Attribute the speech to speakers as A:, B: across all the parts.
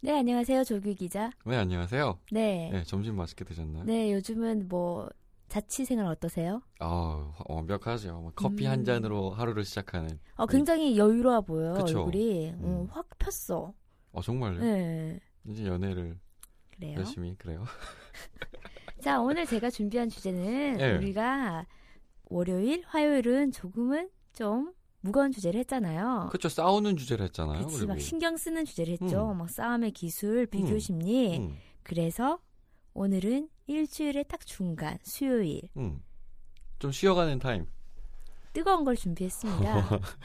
A: 네, 안녕하세요, 조규 기자.
B: 네, 안녕하세요.
A: 네,
B: 네, 점심 맛있게 드셨나요?
A: 네, 요즘은 뭐 자취 생활 어떠세요?
B: 아, 완벽하죠. 뭐 커피
A: 음.
B: 한 잔으로 하루를 시작하는.
A: 어, 굉장히 여유로워 보여
B: 그쵸.
A: 얼굴이 음,
B: 음.
A: 확 폈어.
B: 어, 정말요?
A: 네,
B: 이제 연애를
A: 그래요.
B: 열심히 그래요.
A: 자, 오늘 제가 준비한 주제는
B: 예.
A: 우리가 월요일, 화요일은 조금은 좀 무거운 주제를 했잖아요.
B: 그렇죠. 싸우는 주제를 했잖아요.
A: 어. 그치,
B: 그리고.
A: 막 신경 쓰는 주제를 했죠.
B: 음.
A: 막 싸움의 기술, 비교
B: 음.
A: 심리.
B: 음,
A: 그래서 오늘은 일주일의 딱 중간, 수요일.
B: 음. 좀 쉬어가는 타임.
A: 뜨거운 걸 준비했습니다.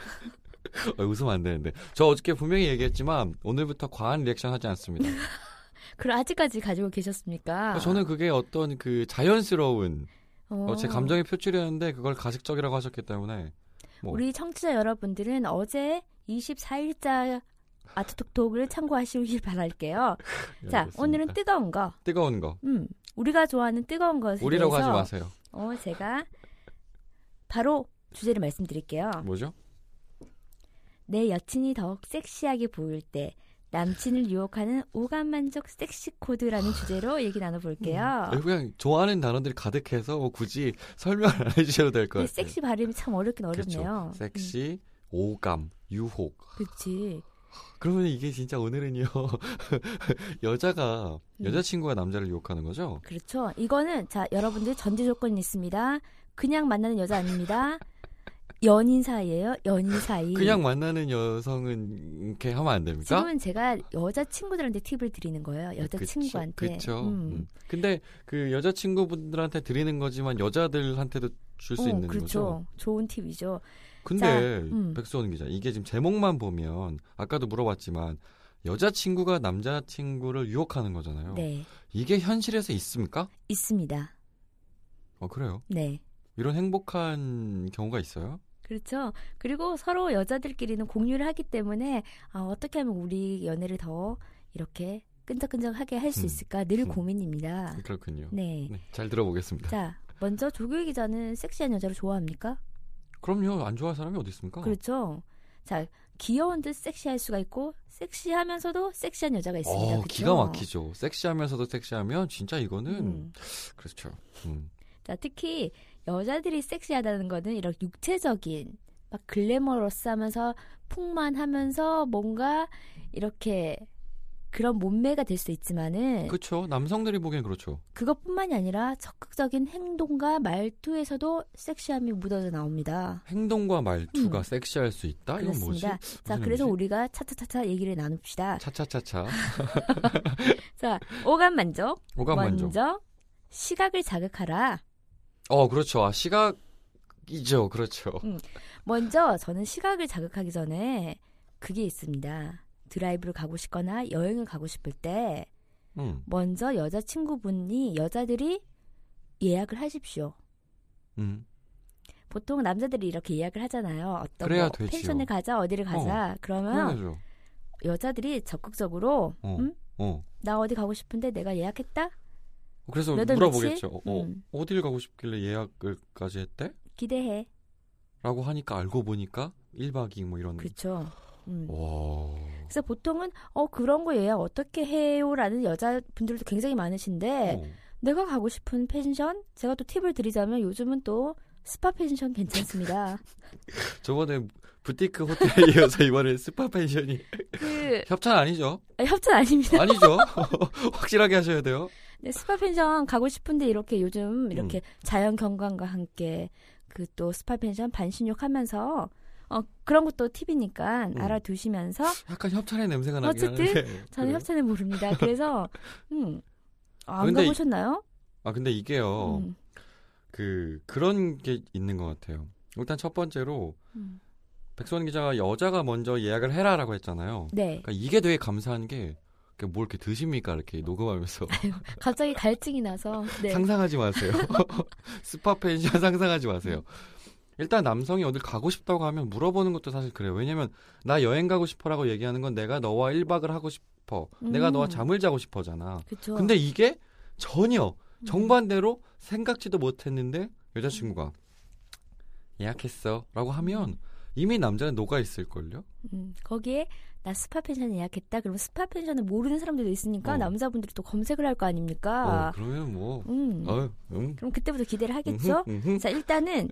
B: 어, 웃으면 안 되는데. 저 어저께 분명히 얘기했지만 오늘부터 과한 리액션 하지 않습니다.
A: 아.
B: 그러니까
A: 그럼 아직까지 가지고 계셨습니까?
B: 아, 저는 그게 어떤 그 자연스러운 어,
A: 어,
B: 제 감정의 표출이었는데 그걸 가식적이라고 하셨기 때문에 뭐.
A: 우리 청취자 여러분들은 어제 24일자 아트톡톡을 참고하시길 바랄게요. 자,
B: 예, 알겠습니다.
A: 오늘은 뜨거운 거.
B: 뜨거운 거.
A: 음, 우리가 좋아하는 뜨거운 것에
B: 우리라고 하지
A: 대해서
B: 마세요.
A: 어, 제가 바로 주제를 말씀드릴게요.
B: 뭐죠?
A: 내 여친이 더욱 섹시하게 보일 때 남친을 유혹하는 오감 만족 섹시 코드라는 주제로 얘기 나눠볼게요.
B: 아니, 음. 그냥 좋아하는 단어들이 가득해서 뭐 굳이 설명 안 해주셔도 될 것
A: 이
B: 같아요.
A: 네, 섹시 발음이 참 어렵긴
B: 그렇죠.
A: 어렵네요. 음.
B: 섹시, 오감, 유혹.
A: 그치
B: 그러면 이게 진짜 오늘은요 여자가
A: 음.
B: 여자친구가 남자를 유혹하는 거죠.
A: 그렇죠. 이거는 자 여러분들 전제 조건이 있습니다. 그냥 만나는 여자 아닙니다. 연인 사이예요. 연인 사이.
B: 그냥 만나는 여성은 이렇게 하면 안 됩니까? 아,
A: 지금은 제가 여자 친구들한테 팁을 드리는 거예요. 여자 친구한테. 음.
B: 그렇죠. 근데 그 여자친구분들한테 드리는 거지만 여자들한테도 줄 수 있는
A: 그렇죠.
B: 거죠.
A: 좋은 팁이죠. 자,
B: 근데
A: 음.
B: 백수원 기자 이게 지금 제목만 보면 아까도 물어봤지만 여자친구가 남자친구를 유혹하는 거잖아요.
A: 네,
B: 이게 현실에서 있습니까?
A: 있습니다.
B: 어 그래요.
A: 네.
B: 이런 행복한 경우가 있어요?
A: 그렇죠. 그리고 서로 여자들끼리는 공유를 하기 때문에 아, 어떻게 하면 우리 연애를 더 이렇게 끈적끈적하게 할 수
B: 음.
A: 있을까 늘
B: 음.
A: 고민입니다.
B: 그렇군요.
A: 네.
B: 네, 잘 들어보겠습니다.
A: 자, 먼저 조규 기자는 섹시한 여자를 좋아합니까?
B: 그럼요. 안 좋아할 사람이 어디 있습니까?
A: 그렇죠. 자, 귀여운 듯 섹시할 수가 있고 섹시하면서도 섹시한 여자가 있습니다.
B: 어,
A: 그렇죠?
B: 기가 막히죠. 섹시하면서도 섹시하면 진짜 이거는
A: 음.
B: 그렇죠. 음.
A: 자, 특히 여자들이 섹시하다는 거는 이런 육체적인 막 글래머러스하면서 풍만하면서 뭔가 이렇게 그런 몸매가 될 수 있지만은
B: 그렇죠. 남성들이 보기엔 그렇죠.
A: 그, 것뿐만이 아니라 적극적인 행동과 말투에서도 섹시함이 묻어져 나옵니다.
B: 행동과 말투가
A: 음.
B: 섹시할 수 있다. 아, 이건 뭐지?
A: 그렇습니다. 자,
B: 무슨
A: 그래서
B: 의미지?
A: 우리가 차차차차 얘기를 나눕시다.
B: 차차차차.
A: 아, 자, 오감 만족.
B: 오감 만족.
A: 먼저 시각을 자극하라.
B: 어, 그렇죠. 아, 시각이죠. 그렇죠.
A: 먼저 저는 시각을 자극하기 전에 그게 있습니다. 드라이브를 가고 싶거나 여행을 가고 싶을 때
B: 음.
A: 먼저 여자친구분이 여자들이 예약을 하십시오.
B: 음.
A: 보통 남자들이 이렇게 예약을 하잖아요. 어떤
B: 그래야
A: 뭐
B: 되지요.
A: 펜션을 가자, 어디를 가자. 그러면
B: 그러죠.
A: 여자들이 적극적으로
B: 어.
A: 음?
B: 어.
A: 나 어디 가고 싶은데 내가 예약했다.
B: 그래서
A: 몇월 며칠?
B: 물어보겠죠. 어,
A: 음.
B: 어딜 가고 싶길래 예약을까지 했대?
A: 기대해.
B: 라고 하니까 알고 보니까 1박 2일 뭐 이런
A: 그렇죠. 음.
B: 와.
A: 그래서 보통은 어 그런 거 예약 어떻게 해요라는 여자분들도 굉장히 많으신데
B: 어.
A: 내가 가고 싶은 펜션? 제가 또 팁을 드리자면 요즘은 또 스파 펜션 괜찮습니다.
B: 저번에 부티크 호텔에 이어서 이번에 스파 펜션이
A: 그
B: 협찬 아니죠?
A: 아, 협찬 아닙니다.
B: 아니죠? 확실하게 하셔야 돼요.
A: 네, 스파 펜션 가고 싶은데 이렇게 요즘
B: 음.
A: 이렇게 자연 경관과 함께 그 또 스파 펜션 반신욕 하면서 어 그런 것도 팁이니까
B: 음.
A: 알아두시면서
B: 약간 협찬의 냄새가 나긴
A: 어쨌든
B: 하는데.
A: 저는
B: 그래요?
A: 협찬을 모릅니다. 그래서 음. 아, 안
B: 근데 이-
A: 가보셨나요?
B: 아 근데 이게요.
A: 음,
B: 그 그런 게 있는 것 같아요. 일단 첫 번째로
A: 음.
B: 백선 기자가 여자가 먼저 예약을 해라라고 했잖아요.
A: 네.
B: 그러니까 이게 되게 감사한 게 그뭘 이렇게 드십니까? 이렇게 녹음하면서
A: 갑자기 갈증이 나서. 네.
B: 상상하지 마세요. 스파 펜션 상상하지 마세요. 일단 남성이 어딜 가고 싶다고 하면 물어보는 것도 사실 그래요. 왜냐면 나 여행 가고 싶어라고 얘기하는 건 내가 너와 1박을 하고 싶어. 내가
A: 음.
B: 너와 잠을 자고 싶어잖아.
A: 그쵸.
B: 근데 이게 전혀
A: 음.
B: 정반대로 생각지도 못했는데 여자친구가 예약했어 라고 하면 이미 남자는 녹아있을걸요?
A: 음, 거기에 나 스파 펜션 예약했다. 그럼 스파 펜션을 모르는 사람들도 있으니까
B: 어.
A: 남자분들이 또 검색을 할 거
B: 어,
A: 아닙니까?
B: 그러면 뭐,
A: 음.
B: 어, 음.
A: 그럼 그때부터 기대를 하겠죠?
B: 음흠, 음흠.
A: 자, 일단은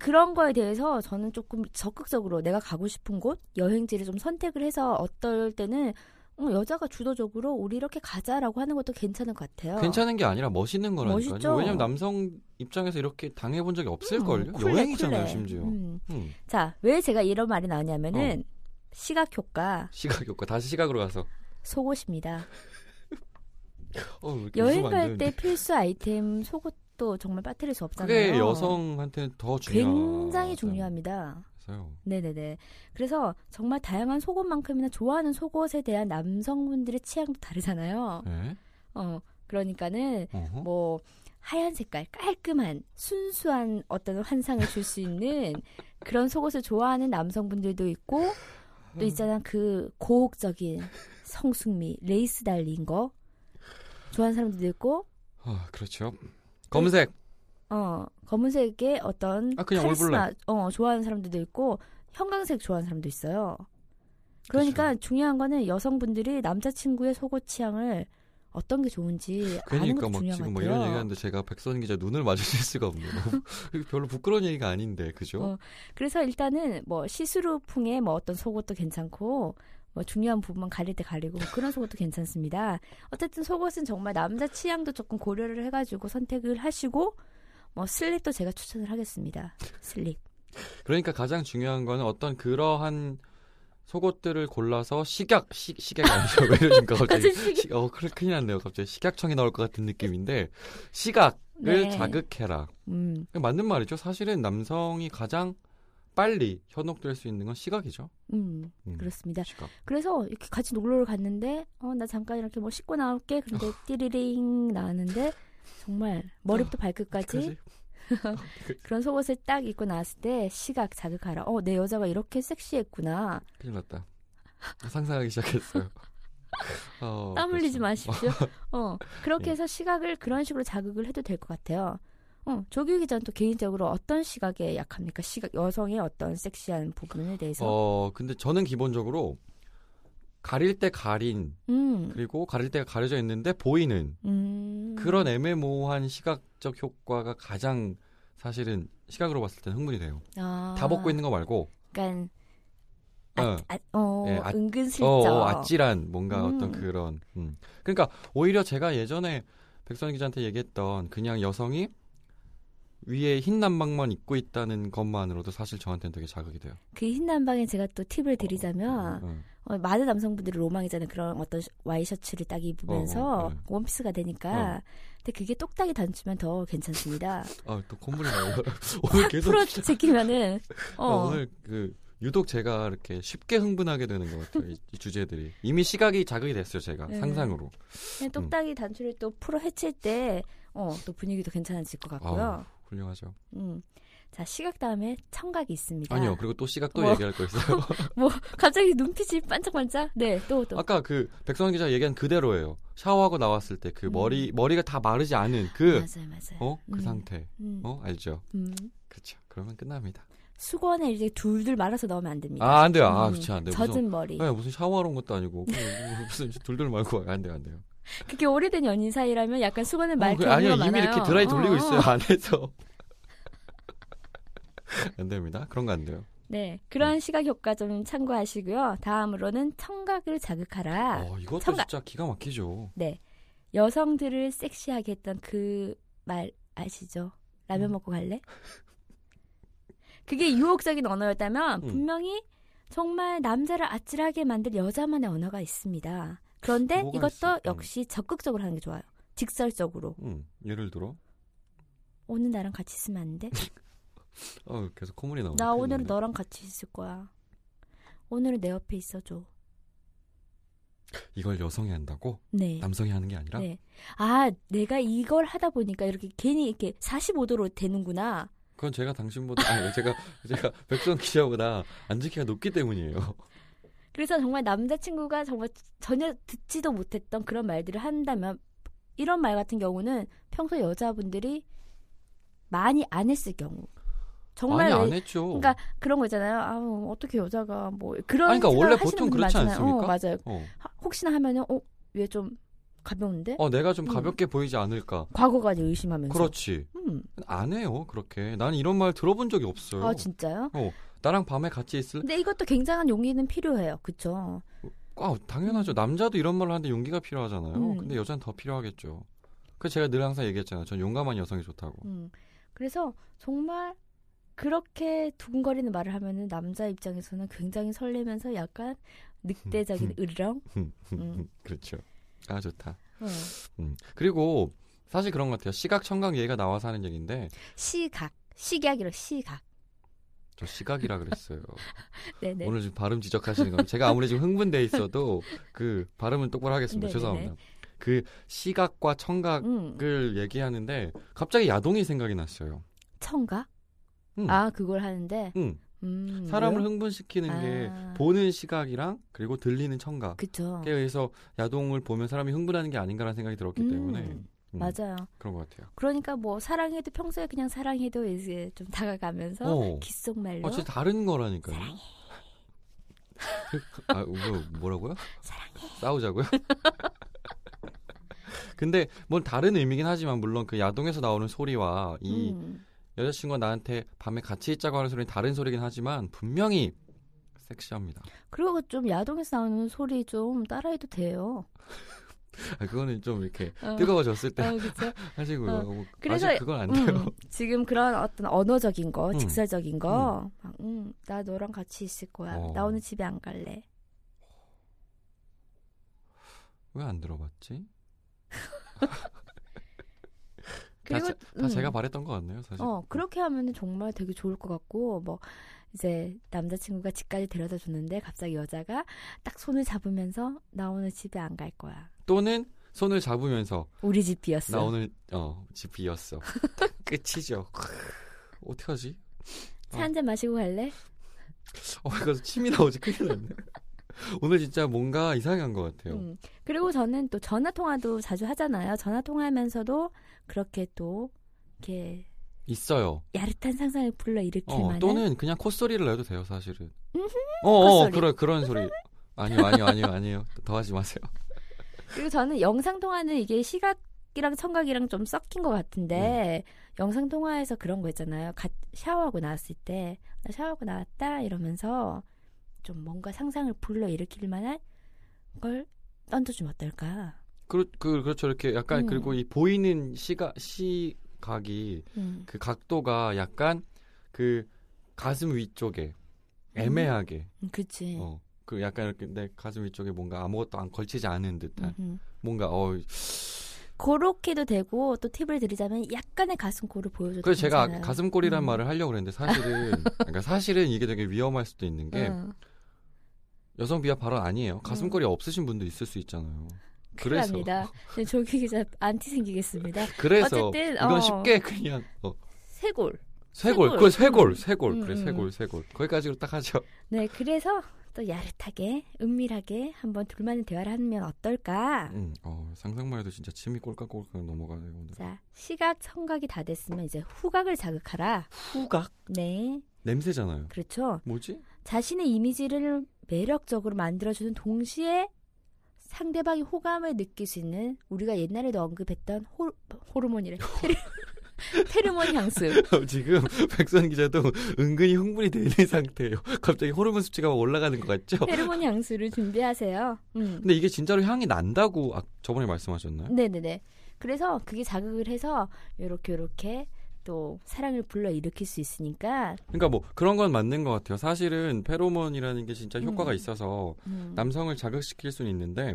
A: 그런 거에 대해서 저는 조금 적극적으로 내가 가고 싶은 곳, 여행지를 좀 선택을 해서 어떨 때는 어, 여자가 주도적으로 우리 이렇게 가자라고 하는 것도 괜찮을 것 같아요.
B: 괜찮은 게 아니라 멋있는 거라니까요.
A: 어. 멋있죠.
B: 왜냐면 남성 입장에서 이렇게 당해본 적이 없을걸요?
A: 음, 쿨레,
B: 여행이잖아요,
A: 쿨레.
B: 심지어.
A: 음.
B: 음,
A: 자, 왜 제가 이런 말이 나오냐면은
B: 어.
A: 시각 효과
B: 시각 효과. 다시 시각으로 가서.
A: 속옷입니다.
B: 어, 왜 이렇게
A: 여행
B: 웃으면 안
A: 갈 때
B: 되는데.
A: 필수 아이템 속옷도 정말 빠뜨릴 수 없잖아요.
B: 그게 여성한테는 더 중요해요.
A: 굉장히 중요합니다. 네네네. 그래서 정말 다양한 속옷만큼이나 좋아하는 속옷에 대한 남성분들의 취향도 다르잖아요.
B: 네?
A: 어, 그러니까는
B: 어허.
A: 뭐 하얀 색깔 깔끔한 순수한 어떤 환상을 줄 수 있는 그런 속옷을 좋아하는 남성분들도 있고
B: 음.
A: 또 있잖아 그 고혹적인 성숙미 레이스 달린 거 좋아하는 사람들도 있고
B: 아, 그렇죠. 검색.
A: 어 검은색의 어떤
B: 아, 그냥
A: 카리스마 어 좋아하는 사람들도 있고 형광색 좋아하는 사람도 있어요. 그러니까 중요한 거는 여성분들이 남자친구의 속옷 취향을 어떤 게 좋은지 네, 아는
B: 그러니까
A: 것도
B: 막
A: 중요한 것
B: 지금 뭐
A: 같아요.
B: 이런 얘기하는데 제가 백선 기자 눈을 마주칠 수가 없네요. 별로 부끄러운 얘기가 아닌데 그죠?
A: 어, 그래서 일단은 뭐 시스루풍의 뭐 어떤 속옷도 괜찮고 뭐 중요한 부분만 가릴 때 가리고 뭐 그런 속옷도 괜찮습니다. 어쨌든 속옷은 정말 남자 취향도 조금 고려를 해가지고 선택을 하시고 뭐 슬립도 제가 추천을 하겠습니다. 슬립.
B: 그러니까 가장 중요한 거는 어떤 그러한 속옷들을 골라서 식약 시, 식약이 아니죠 왜 이러니까 갑자기
A: 시계.
B: 시, 어 큰- 큰일 났네요 갑자기 식약청이 나올 것 같은 느낌인데 시각을
A: 네.
B: 자극해라
A: 음,
B: 맞는 말이죠 사실은 남성이 가장 빨리 현혹될 수 있는 건 시각이죠
A: 음,
B: 음,
A: 그렇습니다.
B: 시각
A: 그래서 이렇게 같이 놀러를 갔는데 어 나 잠깐 이렇게 뭐 씻고 나올게. 근데
B: 아.
A: 띠리링 나왔는데 정말 머리부터 발끝까지
B: 그지?
A: 그런 속옷을 딱 입고 나왔을 때 시각 자극하라. 어, 내 여자가 이렇게 섹시했구나.
B: 큰일 났다 상상하기 시작했어요 어,
A: 땀 흘리지
B: 그렇죠.
A: 마십시오. 어, 그렇게
B: 예.
A: 해서 시각을 그런 식으로 자극을 해도 될 것 같아요. 어, 조규 기자는 또 개인적으로 어떤 시각에 약합니까? 시각 여성의 어떤 섹시한 부분에 대해서.
B: 어, 근데 저는 기본적으로 가릴 때 가린
A: 음,
B: 그리고 가릴 때 가려져 있는데 보이는
A: 음,
B: 그런 애매모호한 시각적 효과가 가장 사실은 시각으로 봤을 때는 흥분이 돼요.
A: 아,
B: 다 벗고 있는 거 말고
A: 약간
B: 어,
A: 아, 어,
B: 예, 아-
A: 은근슬쩍.
B: 어, 어, 아찔한 뭔가
A: 음.
B: 어떤 그런 음. 그러니까 오히려 제가 예전에 백선 기자한테 얘기했던 그냥 여성이 위에 흰 난방만 입고 있다는 것만으로도 사실 저한테는 되게 자극이 돼요.
A: 그 흰난방에 제가 또 팁을 드리자면
B: 음,
A: 어, 많은 남성분들이 로망이잖아요. 그런 어떤 셔- 와이셔츠를 딱 입으면서
B: 어, 네.
A: 원피스가 되니까. 근데 그게 똑딱이 단추면 더 괜찮습니다.
B: 음. 아, 또 콧물이 나요. 오늘 계속
A: 풀어 제끼면은 어,
B: 그렇죠. 아, 오늘 그 유독 제가 이렇게 쉽게 흥분하게 되는 것 같아요. 이, 이 주제들이 이미 시각이 자극이 됐어요. 제가
A: 네.
B: 상상으로.
A: 그냥
B: 음.
A: 똑딱이 단추를 또 풀어 해칠 때 어, 또 분위기도 괜찮아질 것 같고요.
B: 훌륭하죠.
A: 음. 자, 시각 다음에 청각이 있습니다.
B: 아니요. 그리고 또 시각 또
A: 뭐.
B: 얘기할 거 있어요.
A: 뭐 갑자기 눈빛이 반짝반짝. 네, 또 또.
B: 아까 그 백선 기자 얘기한 그대로예요. 샤워하고 나왔을 때 그
A: 음.
B: 머리 머리가 다 마르지 않은 그
A: 맞아요, 맞아요.
B: 어? 그
A: 음.
B: 상태.
A: 음,
B: 어? 알죠.
A: 음.
B: 그렇죠. 그러면 끝납니다.
A: 수건에 이제 둘둘 말아서 넣으면 안 됩니다.
B: 아, 안 돼요. 아,
A: 음,
B: 그렇죠. 안 돼요. 무슨
A: 젖은 머리.
B: 아니, 무슨 샤워하러 온 것도 아니고 그냥 무슨 둘둘 말고 안 돼요, 안 돼요.
A: 그게 오래된 연인 사이라면 약간 수건을
B: 어,
A: 말게
B: 그-
A: 어,
B: 아니요
A: 는
B: 이미
A: 많아요.
B: 이렇게 드라이 돌리고
A: 어, 어.
B: 있어요 안에서 안 됩니다 그런 거 안 돼요
A: 네, 그런 시각 효과 좀 참고하시고요. 다음으로는 청각을 자극하라.
B: 어, 이것도
A: 청각.
B: 진짜 기가 막히죠
A: 네, 여성들을 섹시하게 했던 그 말 아시죠? 라면
B: 음.
A: 먹고 갈래? 그게 유혹적인 언어였다면
B: 음.
A: 분명히 정말 남자를 아찔하게 만들 여자만의 언어가 있습니다. 그런데
B: 뭐가
A: 이것도
B: 있을까요?
A: 역시 적극적으로 하는 게 좋아요. 직설적으로
B: 음, 예를 들어
A: 오늘 나랑 같이 있으면 안 돼?
B: 어, 계속 콧물이 나오네
A: 나
B: 큰일
A: 오늘은
B: 났네.
A: 너랑 같이 있을 거야. 오늘은 내 옆에 있어줘.
B: 이걸 여성이 한다고?
A: 네.
B: 남성이 하는 게 아니라?
A: 네. 아, 내가 이걸 하다 보니까 이렇게 괜히 이렇게 45도로 되는구나.
B: 그건 제가 당신보다 아니 제가 제가 백선 기자보다 안지키가 높기 때문이에요.
A: 그래서 정말 남자친구가 정말 전혀 듣지도 못했던 그런 말들을 한다면 이런 말 같은 경우는 평소 여자분들이 많이 안 했을 경우. 정말
B: 아니 안
A: 왜-
B: 했죠.
A: 그러니까 그런 거 있잖아요. 아, 뭐 어떻게 여자가 뭐 그런
B: 아니, 그러니까
A: 생각을
B: 원래
A: 하시는
B: 보통
A: 분들
B: 그렇지
A: 많잖아요. 어,
B: 않습니까?
A: 맞아요.
B: 어.
A: 하- 혹시나 하면은 어, 얘 좀 가벼운데?
B: 어, 내가 좀
A: 음.
B: 가볍게 보이지 않을까.
A: 과거까지 의심하면서.
B: 그렇지.
A: 음.
B: 안 해요 그렇게. 나는 이런 말 들어본 적이 없어요.
A: 아, 진짜요?
B: 나랑 밤에 같이 있을.
A: 근데 이것도 굉장한 용기는 필요해요. 그쵸?
B: 아 당연하죠. 남자도 이런 말을 하는데 용기가 필요하잖아요.
A: 음.
B: 근데 여자는 더 필요하겠죠. 그 제가 늘 항상 얘기했잖아요. 전 용감한 여성이 좋다고.
A: 음. 그래서 정말 그렇게 두근거리는 말을 하면은 남자 입장에서는 굉장히 설레면서 약간 늑대적인 으르렁. 음.
B: 그렇죠. 아 좋다.
A: 어.
B: 음. 그리고 사실 그런 것 같아요. 시각 청각 얘기가 나와서 하는 얘기인데
A: 시각. 식약이라 시각.
B: 저 시각이라 그랬어요.
A: 네네.
B: 오늘 지금 발음 지적하시는 겁니다. 제가 아무리 지금 흥분돼 있어도 그 발음은 똑바로 하겠습니다.
A: 네,
B: 죄송합니다. 그 시각과 청각을
A: 음.
B: 얘기하는데 갑자기 야동이 생각이 났어요.
A: 청각.
B: 음.
A: 아 그걸 하는데.
B: 음.
A: 음.
B: 사람을
A: 왜?
B: 흥분시키는 게
A: 아.
B: 보는 시각이랑 그리고 들리는 청각에
A: 그쵸.
B: 의해서 야동을 보면 사람이 흥분하는 게 아닌가라는 생각이 들었기
A: 음.
B: 때문에 음,
A: 맞아요.
B: 그런 것 같아요.
A: 그러니까 뭐 사랑해도 평소에 그냥 사랑해도 이제 좀 다가가면서
B: 어.
A: 귓속말로
B: 어, 진짜 다른 거라니까요.
A: 사랑해.
B: 아, 뭐, 뭐라고요?
A: 사랑해.
B: 싸우자고요? 근데 뭔 다른 의미긴 하지만 물론 그 야동에서 나오는 소리와 이
A: 음.
B: 여자친구가 나한테 밤에 같이 있자고 하는 소리는 다른 소리긴 하지만 분명히 섹시합니다.
A: 그리고 좀 야동에서 나오는 소리 좀 따라해도 돼요.
B: 아, 그거는 좀 이렇게
A: 어.
B: 뜨거워졌을 때
A: 어, 그쵸.
B: 하시고요.
A: 어.
B: 뭐
A: 그래서-
B: 아직 그건 안
A: 음,
B: 돼요.
A: 지금 그런 어떤 언어적인 거,
B: 음.
A: 직설적인 거, 막, 음, 나 너랑 같이 있을 거야.
B: 어.
A: 나 오늘 집에 안 갈래.
B: 왜 안 들어봤지?
A: 그리고
B: 자- 다
A: 음,
B: 제가 바랬던 것 같네요, 사실.
A: 어 그렇게 하면은 정말 되게 좋을 것 같고 뭐 이제 남자친구가 집까지 데려다 줬는데 갑자기 여자가 딱 손을 잡으면서 나 오늘 집에 안 갈 거야.
B: 또는 손을 잡으면서
A: 우리 집 비었어.
B: 나 오늘 어, 집 비었어. 끝이죠. 어떡하지? 어.
A: 차 한 잔 마시고 갈래?
B: 어, 이거 침이 나오지 큰일 났네. 오늘 진짜 뭔가 이상한 것 같아요.
A: 음. 그리고 저는 또 전화 통화도 자주 하잖아요. 전화 통화하면서도 그렇게 또 이렇게
B: 있어요.
A: 야릇한 상상을 불러 일으킬
B: 어,
A: 만한
B: 또는 그냥 콧소리를 내도 돼요, 사실은.
A: 음흠,
B: 어, 어,
A: 콧소리.
B: 그런 그런 소리. 아니요, 아니요, 아니요, 아니요. 더 하지 마세요.
A: 그리고 저는 영상 통화는 이게 시각이랑 청각이랑 좀 섞인 것
B: 네.
A: 같은데 영상 통화에서 그런 거 있잖아요. 갓 샤워하고 나왔을 때 나 샤워하고 나왔다 이러면서 좀 뭔가 상상을 불러 일으킬 만한 걸 던져주면 어떨까?
B: 그, 그 그렇죠. 이렇게 약간
A: 음.
B: 그리고 이 보이는 시각 시각이
A: 음.
B: 그 각도가 약간 그 가슴 위쪽에 애매하게
A: 음, 그치.
B: 어. 그 약간 이렇게 내 가슴 위쪽에 뭔가 아무것도 안 걸치지 않은 듯한
A: 음흠. 네,
B: 뭔가 어
A: 그렇게도 되고 또 팁을 드리자면 약간의 가슴골을 보여줘도
B: 그래서 제가
A: 괜찮아요.
B: 가슴골이란
A: 음.
B: 말을 하려고 그랬는데 사실은 그러니까 사실은 이게 되게 위험할 수도 있는 게
A: 응.
B: 여성 비하 발언 아니에요.
A: 음.
B: 가슴골이 없으신 분도 있을 수 있잖아요.
A: 큰일
B: 그래서
A: 납니다. 네, 조기 기자 안티 생기겠습니다.
B: 그래서
A: 어쨌든,
B: 이건
A: 어.
B: 쉽게 그냥 어,
A: 쇄골. 쇄골.
B: 쇄골, 그건 쇄골, 쇄골,
A: 음,
B: 그래
A: 음.
B: 쇄골, 쇄골 거기까지로 딱 하죠.
A: 네, 그래서 또 야릇하게, 은밀하게 한번 둘만의 대화를 하면 어떨까?
B: 음, 어, 상상만 해도 진짜 침이 꼴깍꼴깍 넘어가네요 오늘.
A: 자, 시각, 청각이 다 됐으면 이제 후각을 자극하라.
B: 후각
A: 네,
B: 냄새잖아요.
A: 그렇죠.
B: 뭐지?
A: 자신의 이미지를 매력적으로 만들어주는 동시에 상대방이 호감을 느낄 수 있는 우리가 옛날에도 언급했던 호, 호르몬이래. 테르- 테르몬 향수.
B: 지금 백선 기자도 은근히 흥분이 되는 상태예요. 갑자기 호르몬 수치가 막 올라가는 것 같죠?
A: 테르몬 향수를 준비하세요. 음.
B: 근데 이게 진짜로 향이 난다고 아, 저번에 말씀하셨나요?
A: 네네네. 그래서 그게 자극을 해서 요렇게 요렇게 또 사랑을 불러 일으킬 수 있으니까
B: 그러니까 뭐 그런 건 맞는 것 같아요. 사실은 페로몬이라는 게 진짜 효과가
A: 음.
B: 있어서
A: 음.
B: 남성을 자극시킬 수는 있는데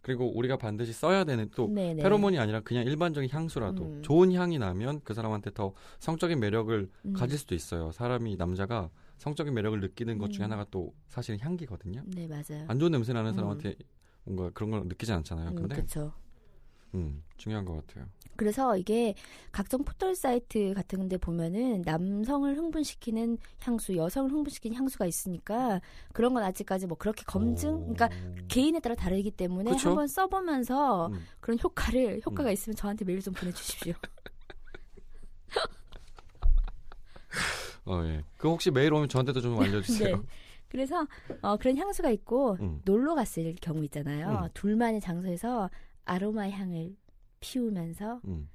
B: 그리고 우리가 반드시 써야 되는 또
A: 음, 네네.
B: 페로몬이 아니라 그냥 일반적인 향수라도
A: 음.
B: 좋은 향이 나면 그 사람한테 더 성적인 매력을
A: 음.
B: 가질 수도 있어요. 사람이 남자가 성적인 매력을 느끼는 것 중에
A: 음.
B: 하나가 또 사실은 향기거든요.
A: 네 맞아요.
B: 안 좋은 냄새 나는
A: 음.
B: 사람한테 뭔가 그런 걸 느끼지 않잖아요.
A: 음,
B: 근데
A: 그렇죠.
B: 음, 중요한 것 같아요.
A: 그래서 이게 각종 포털 사이트 같은 건데 보면은 남성을 흥분시키는 향수, 여성을 흥분시키는 향수가 있으니까 그런 건 아직까지 뭐 그렇게 검증,
B: 오.
A: 그러니까 개인에 따라 다르기 때문에
B: 그쵸.
A: 한번 써보면서
B: 음.
A: 그런 효과를 효과가
B: 음.
A: 있으면 저한테 메일 좀 보내주십시오.
B: 어, 예. 그 혹시 메일 오면 저한테도 좀 알려주세요.
A: 네. 그래서 어, 그런 향수가 있고
B: 음.
A: 놀러 갔을 경우 있잖아요.
B: 음.
A: 둘만의 장소에서 아로마 향을 피우면서
B: 음.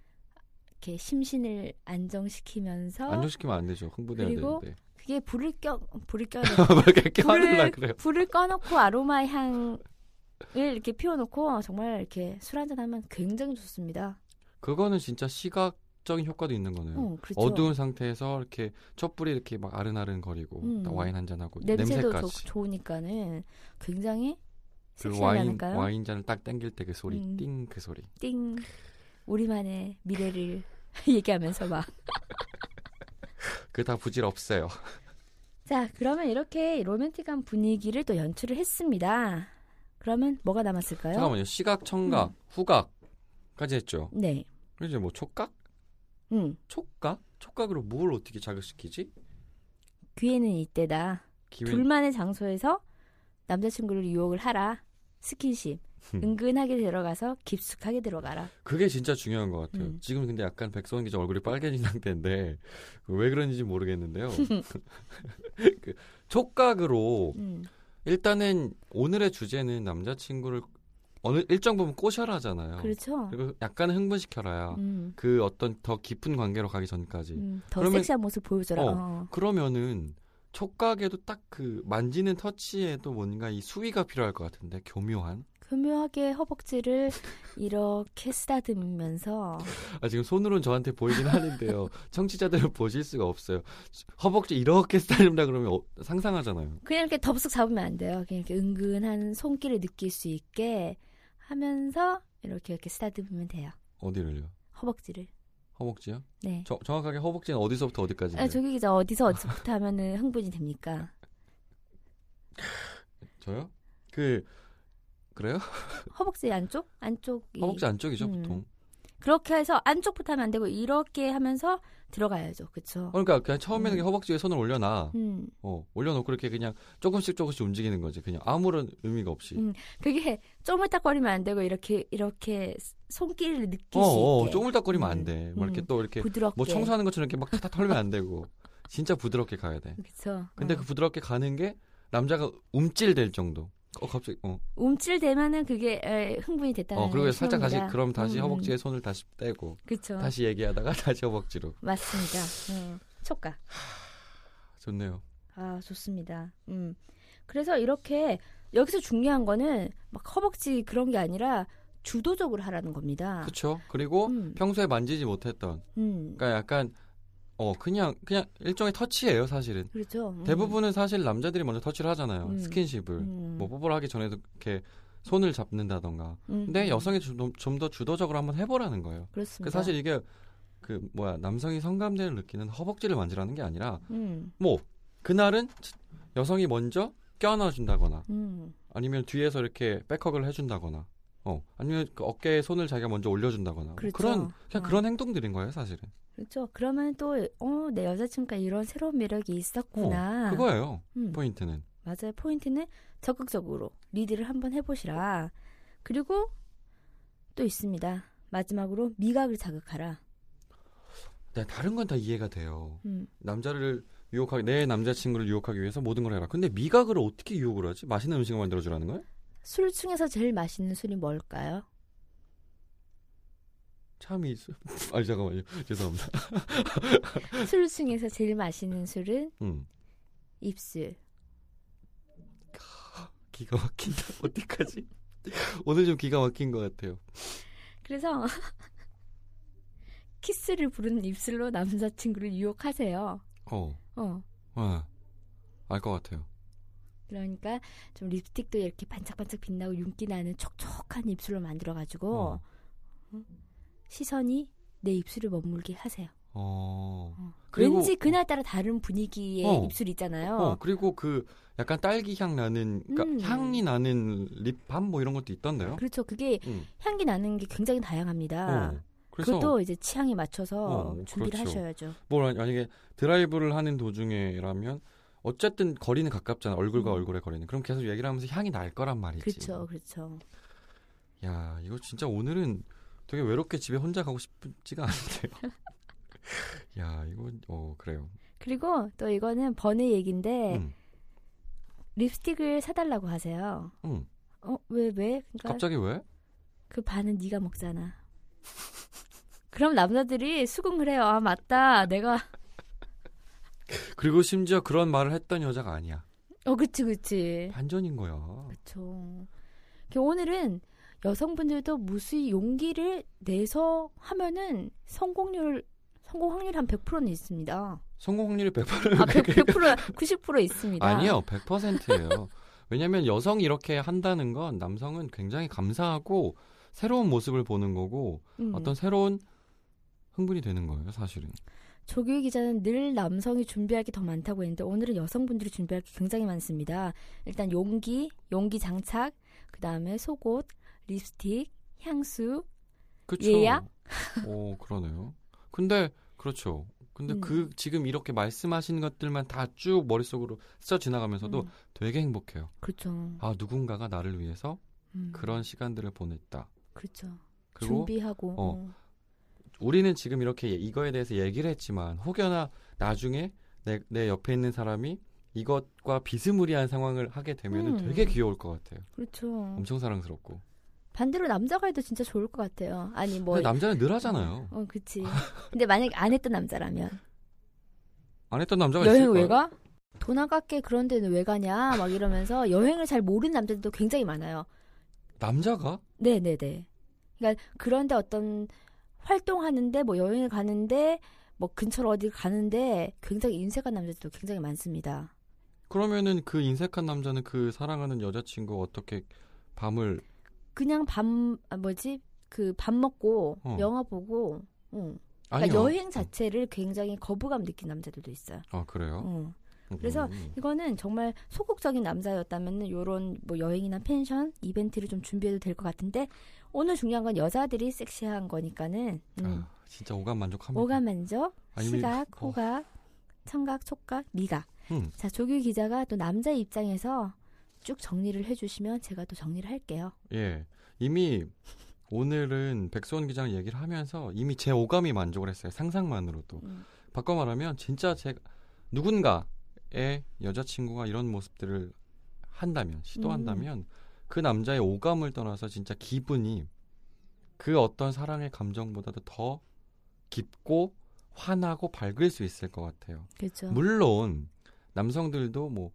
A: 이렇게 심신을 안정시키면서
B: 안정시키면 안 되죠. 흥분해야
A: 아. 그리고
B: 되는데.
A: 그게 불을 껴 불을 껴
B: 막 이렇게
A: 불을
B: 껴안으려 그래요.
A: 불을 꺼놓고 아로마 향을 이렇게 피워놓고 정말 이렇게 술 한잔 하면 굉장히 좋습니다.
B: 그거는 진짜 시각적인 효과도 있는 거네요.
A: 어, 그렇죠.
B: 어두운 상태에서 이렇게 촛불이 이렇게 막 아른아른 거리고
A: 음.
B: 와인 한 잔 하고
A: 냄새도
B: 냄새까지.
A: 좋- 좋으니까는 굉장히
B: 그
A: 섹시하지
B: 와인
A: 않을까요?
B: 와인 잔을 딱 당길 때 그 소리
A: 음.
B: 띵 그 소리.
A: 띵 우리만의 미래를 얘기하면서 막.
B: 그게 다 부질 없어요.
A: 자 그러면 이렇게 로맨틱한 분위기를 또 연출을 했습니다. 그러면 뭐가 남았을까요?
B: 잠깐만요. 시각,
A: 음.
B: 청각, 후각까지 했죠.
A: 네,
B: 그리고 이제 뭐 촉각?
A: 음
B: 촉각? 촉각으로 뭘 어떻게 자극시키지?
A: 귀에는 이때다.
B: 기회
A: 둘만의 장소에서 남자친구를 유혹을 하라. 스킨십.
B: 음.
A: 은근하게 들어가서 깊숙하게 들어가라.
B: 그게 진짜 중요한 것 같아요.
A: 음.
B: 지금 근데 약간 백성원 기자 얼굴이 빨개진 상태인데 왜 그런지 모르겠는데요. 그 촉각으로
A: 음.
B: 일단은 오늘의 주제는 남자친구를 어느 일정 부분 꼬셔라잖아요.
A: 그렇죠.
B: 그리고 약간 흥분시켜라야
A: 음.
B: 그 어떤 더 깊은 관계로 가기 전까지.
A: 음. 더
B: 네. 그러면-
A: 섹시한 모습 보여줘라.
B: 어.
A: 어.
B: 그러면은 촉각에도 딱 그 만지는 터치에도 뭔가 이 수위가 필요할 것 같은데 교묘한.
A: 교묘하게 허벅지를 이렇게 쓰다듬으면서
B: 아 지금 손으로는 저한테 보이긴 하는데요. 청취자들은 보실 수가 없어요. 허벅지 이렇게 쓰다듬다 그러면 어- 상상하잖아요.
A: 그냥 이렇게 덥석 잡으면 안 돼요. 그냥 이렇게 은근한 손길을 느낄 수 있게 하면서 이렇게 이렇게 쓰다듬으면 돼요.
B: 어디를요?
A: 허벅지를.
B: 허벅지요?
A: 네.
B: 저- 네. 정확하게 허벅지는 어디서부터 어디까지?
A: 아, 조기 기자 어디서 어디부터 하면은 흥분이 됩니까?
B: 저요? 그 그래요?
A: 허벅지 안쪽? 안쪽이
B: 허벅지 안쪽이죠
A: 음.
B: 보통.
A: 그렇게 해서 안쪽부터 하면 안 되고 이렇게 하면서 들어가야죠. 그쵸?
B: 그러니까 그냥 처음에는
A: 음.
B: 허벅지에 손을 올려놔.
A: 음.
B: 어 올려놓고 이렇게 그냥 조금씩 조금씩 움직이는 거지. 그냥 아무런 의미가 없이.
A: 음, 그게 쪼물딱거리면 안 되고 이렇게 이렇게 손길을 느낄
B: 어,
A: 수
B: 어
A: 있게
B: 쪼물딱거리면
A: 음.
B: 안 돼. 뭐 이렇게
A: 음.
B: 또 이렇게
A: 부드럽게.
B: 뭐 청소하는 것처럼 이렇게 막 탁탁 털면 안 되고 진짜 부드럽게 가야 돼.
A: 그쵸.
B: 근데
A: 어.
B: 그 부드럽게 가는 게 남자가 움찔될 정도. 어 갑자기 어.
A: 움찔대면은 그게 에, 흥분이 됐다는
B: 어 그리고 살짝 다시
A: 신호입니다.
B: 그럼 다시
A: 네, 음,
B: 허벅지에 손을 다시 떼고
A: 그쵸.
B: 다시 얘기하다가 다시 허벅지로.
A: 맞습니다. 음, 촉각.
B: 좋네요.
A: 아 좋습니다. 음. 그래서 이렇게 여기서 중요한 거는 막 허벅지 그런 게 아니라 주도적으로 하라는 겁니다.
B: 그렇죠. 그리고
A: 아. 음.
B: 평소에 만지지 못했던
A: 음.
B: 그러니까 약간 어 그냥 그냥 일종의 터치예요, 사실은.
A: 그렇죠. 음.
B: 대부분은 사실 남자들이 먼저 터치를 하잖아요.
A: 음.
B: 스킨십을.
A: 음.
B: 뭐 뽀뽀를 하기 전에도 이렇게 손을 잡는다던가.
A: 음.
B: 근데 네, 여성이 좀 더 주도적으로 한번 해보라는 거예요. 그
A: 그렇습니다.
B: 사실 이게 그 뭐야 남성이 성감대를 느끼는 허벅지를 만지라는 게 아니라
A: 음.
B: 뭐 그날은 여성이 먼저 껴안아준다거나
A: 음.
B: 아니면 뒤에서 이렇게 백허그를 해준다거나 어 아니면 그 어깨에 손을 자기가 먼저 올려준다거나 그
A: 그렇죠.
B: 런 그냥
A: 어.
B: 그런 행동들인 거예요 사실은
A: 그렇죠. 그러면 또어내 네, 여자친구가 이런 새로운 매력이 있었구나.
B: 어, 그거예요
A: 음,
B: 포인트는
A: 맞아요. 포인트는 적극적으로 리드를 한번 해보시라. 그리고 또 있습니다. 마지막으로 미각을 자극하라.
B: 네, 다른 건 다 이해가 돼요
A: 음.
B: 남자를 유혹하기 내 남자친구를 유혹하기 위해서 모든 걸 해라 근데 미각을 어떻게 유혹을 하지 맛있는 음식을 만들어주라는 거예요
A: 술 중에서 제일 맛있는 술이 뭘까요?
B: 참이 아 잠깐만요 죄송합니다
A: 술 중에서 제일 맛있는 술은
B: 음
A: 입술.
B: 기가 막힌다. 어디까지? 오늘 좀 기가 막힌 것 같아요.
A: 그래서 키스를 부르는 입술로 남자친구를 유혹하세요.
B: 어,
A: 어.
B: 와, 알것 같아요.
A: 그러니까 좀 립스틱도 이렇게 반짝반짝 빛나고 윤기 나는 촉촉한 입술로 만들어가지고
B: 어.
A: 시선이 내 입술을 머물게 하세요.
B: 어.
A: 어.
B: 그리고-
A: 왠지 그날따라 다른 분위기의
B: 어.
A: 입술이 있잖아요.
B: 어, 그리고 그 약간 딸기 향 나는 그러니까
A: 음.
B: 향이 나는 립밤 뭐 이런 것도 있던데요.
A: 그렇죠. 그게
B: 음.
A: 향기 나는 게 굉장히 다양합니다.
B: 어. 그래서
A: 그것도 이제 취향에 맞춰서
B: 어,
A: 준비를
B: 그렇죠.
A: 하셔야죠.
B: 뭐 아니- 만약에 드라이브를 하는 도중에라면 어쨌든 거리는 가깝잖아. 얼굴과
A: 음.
B: 얼굴의 거리는. 그럼 계속 얘기를 하면서 향이 날 거란 말이지.
A: 그렇죠, 그렇죠.
B: 야, 이거 진짜 오늘은 되게 외롭게 집에 혼자 가고 싶지가 않은데요. 야, 이거 어 그래요.
A: 그리고 또 이거는 번의 얘기인데
B: 음,
A: 립스틱을 사달라고 하세요.
B: 음.
A: 어, 왜 왜? 그러니까
B: 갑자기 왜?
A: 그 반은 네가 먹잖아. 그럼 남자들이 수긍을 해요. 아 맞다, 내가
B: 그리고 심지어 그런 말을 했던 여자가 아니야.
A: 어 그치 그치.
B: 반전인 거야.
A: 그쵸. 그 오늘은 여성분들도 무수히 용기를 내서 하면은 성공률 성공 확률 한 100%는 있습니다.
B: 성공 확률이 100%.
A: 아, 100, 100% 90% 있습니다.
B: 아니요, 100%예요. 왜냐면 여성이 이렇게 한다는 건 남성은 굉장히 감사하고 새로운 모습을 보는 거고
A: 음.
B: 어떤 새로운 흥분이 되는 거예요, 사실은.
A: 조규 기자는 늘 남성이 준비할 게 더 많다고 했는데 오늘은 여성분들이 준비할 게 굉장히 많습니다. 일단 용기, 용기 장착, 그 다음에 속옷, 립스틱, 향수.
B: 그렇죠.
A: 예약?
B: 어, 그러네요. 근데 그렇죠. 근데
A: 음.
B: 그 지금 이렇게 말씀하신 것들만 다 쭉 머릿속으로 스쳐 지나가면서도
A: 음,
B: 되게 행복해요.
A: 그렇죠.
B: 아, 누군가가 나를 위해서
A: 음,
B: 그런 시간들을 보냈다.
A: 그렇죠.
B: 그리고
A: 준비하고.
B: 어,
A: 어.
B: 우리는 지금 이렇게 이거에 대해서 얘기를 했지만 혹여나 나중에 내, 내 옆에 있는 사람이 이것과 비스무리한 상황을 하게 되면 은
A: 음.
B: 되게 귀여울 것 같아요.
A: 그렇죠.
B: 엄청 사랑스럽고.
A: 반대로 남자가 해도 진짜 좋을 것 같아요. 아니 뭐.
B: 근데 남자는 늘 하잖아요.
A: 어, 그치. 근데 만약에 안 했던 남자라면.
B: 안 했던 남자가
A: 여행
B: 있을까요?
A: 왜 가? 돈 아깝게 그런 데는 왜 가냐? 막 이러면서 여행을 잘 모르는 남자들도 굉장히 많아요.
B: 남자가?
A: 네네네. 그러니까 그런데 어떤 활동하는데 뭐 여행을 가는데 뭐 근처로 어디 가는데 굉장히 인색한 남자들도 굉장히 많습니다.
B: 그러면은 그 인색한 남자는 그 사랑하는 여자친구 어떻게 밤을
A: 그냥 밥 아, 뭐지 그 밥 먹고
B: 어.
A: 영화 보고 응.
B: 아니요. 어.
A: 그러니까 여행 자체를 굉장히 거부감 느낀 남자들도 있어요.
B: 아 그래요?
A: 응. 그래서
B: 음.
A: 이거는 정말 소극적인 남자였다면은 요런 뭐 여행이나 펜션 이벤트를 좀 준비해도 될 것 같은데 오늘 중요한 건 여자들이 섹시한 거니까는 음.
B: 아, 진짜 오감 만족합니다.
A: 오감 만족,
B: 아니면-
A: 시각,
B: 어.
A: 호각, 청각, 촉각, 미각.
B: 음.
A: 자 조규 기자가 또 남자 입장에서 쭉 정리를 해주시면 제가 또 정리를 할게요.
B: 예. 이미 오늘은 백수원 기자랑 얘기를 하면서 이미 제 오감이 만족을 했어요. 상상만으로도.
A: 음.
B: 바꿔 말하면 진짜 제 누군가의 여자친구가 이런 모습들을 한다면
A: 음.
B: 시도한다면 그 남자의 오감을 떠나서 진짜 기분이 그 어떤 사랑의 감정보다도 더 깊고 환하고 밝을 수 있을 것 같아요.
A: 그렇죠.
B: 물론 남성들도 뭐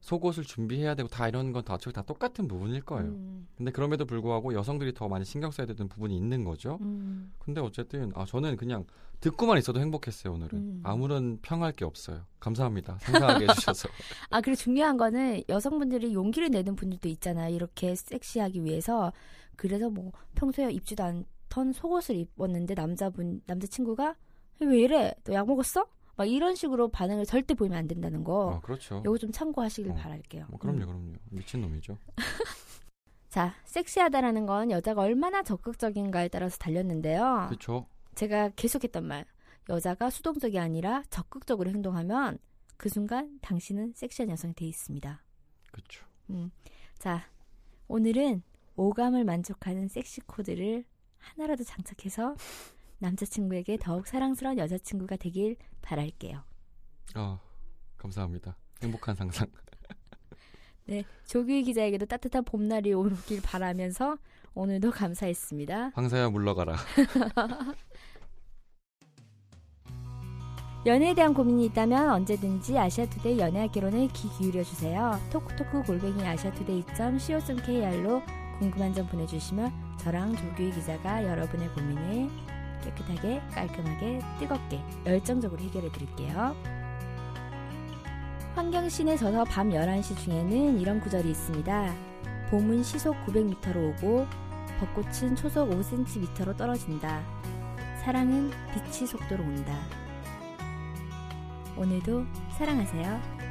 B: 속옷을 준비해야 되고 다 이런 건 다 어차피 다 똑같은 부분일 거예요.
A: 음,
B: 근데 그럼에도 불구하고 여성들이 더 많이 신경 써야 되는 부분이 있는 거죠.
A: 음.
B: 근데 어쨌든 아 저는 그냥 듣고만 있어도 행복했어요 오늘은
A: 음.
B: 아무런 평할 게 없어요. 감사합니다. 상상하게 해주셔서.
A: 아 그리고 중요한 거는 여성분들이 용기를 내는 분들도 있잖아요. 이렇게 섹시하기 위해서 그래서 뭐 평소에 입지도 않던 속옷을 입었는데 남자분 남자친구가 왜 이래? 너 약 먹었어? 막 이런 식으로 반응을 절대 보이면 안 된다는 거.
B: 아 그렇죠.
A: 요거 좀 참고하시길
B: 어.
A: 바랄게요.
B: 뭐,
A: 어. 음.
B: 그럼요, 그럼요. 미친 놈이죠.
A: 자, 섹시하다라는 건 여자가 얼마나 적극적인가에 따라서 달렸는데요.
B: 그렇죠.
A: 제가 계속했던 말. 여자가 수동적이 아니라 적극적으로 행동하면 그 순간 당신은 섹시한 여성이 돼 있습니다.
B: 그렇죠.
A: 자, 오늘은 오감을 만족하는 섹시 코드를 하나라도 장착해서 남자친구에게 더욱 사랑스러운 여자친구가 되길 바랄게요.
B: 아 감사합니다. 행복한 상상.
A: 네, 조규희 기자에게도 따뜻한 봄날이 오길 바라면서 오늘도 감사했습니다.
B: 황사야 물러가라.
A: 연애에 대한 고민이 있다면 언제든지 아시아투데이 연애학개론에 귀 기울여 주세요. 토크토크 골뱅이 아시아투데이.co.kr로 궁금한 점 보내주시면 저랑 조규희 기자가 여러분의 고민을 깨끗하게 깔끔하게 뜨겁게 열정적으로 해결해 드릴게요. 환경신에 져서 밤 11시 중에는 이런 구절이 있습니다. 봄은 시속 900m로 오고 벚꽃은 초속 5cm로 떨어진다. 사랑은 빛의 속도로 온다. 오늘도 사랑하세요.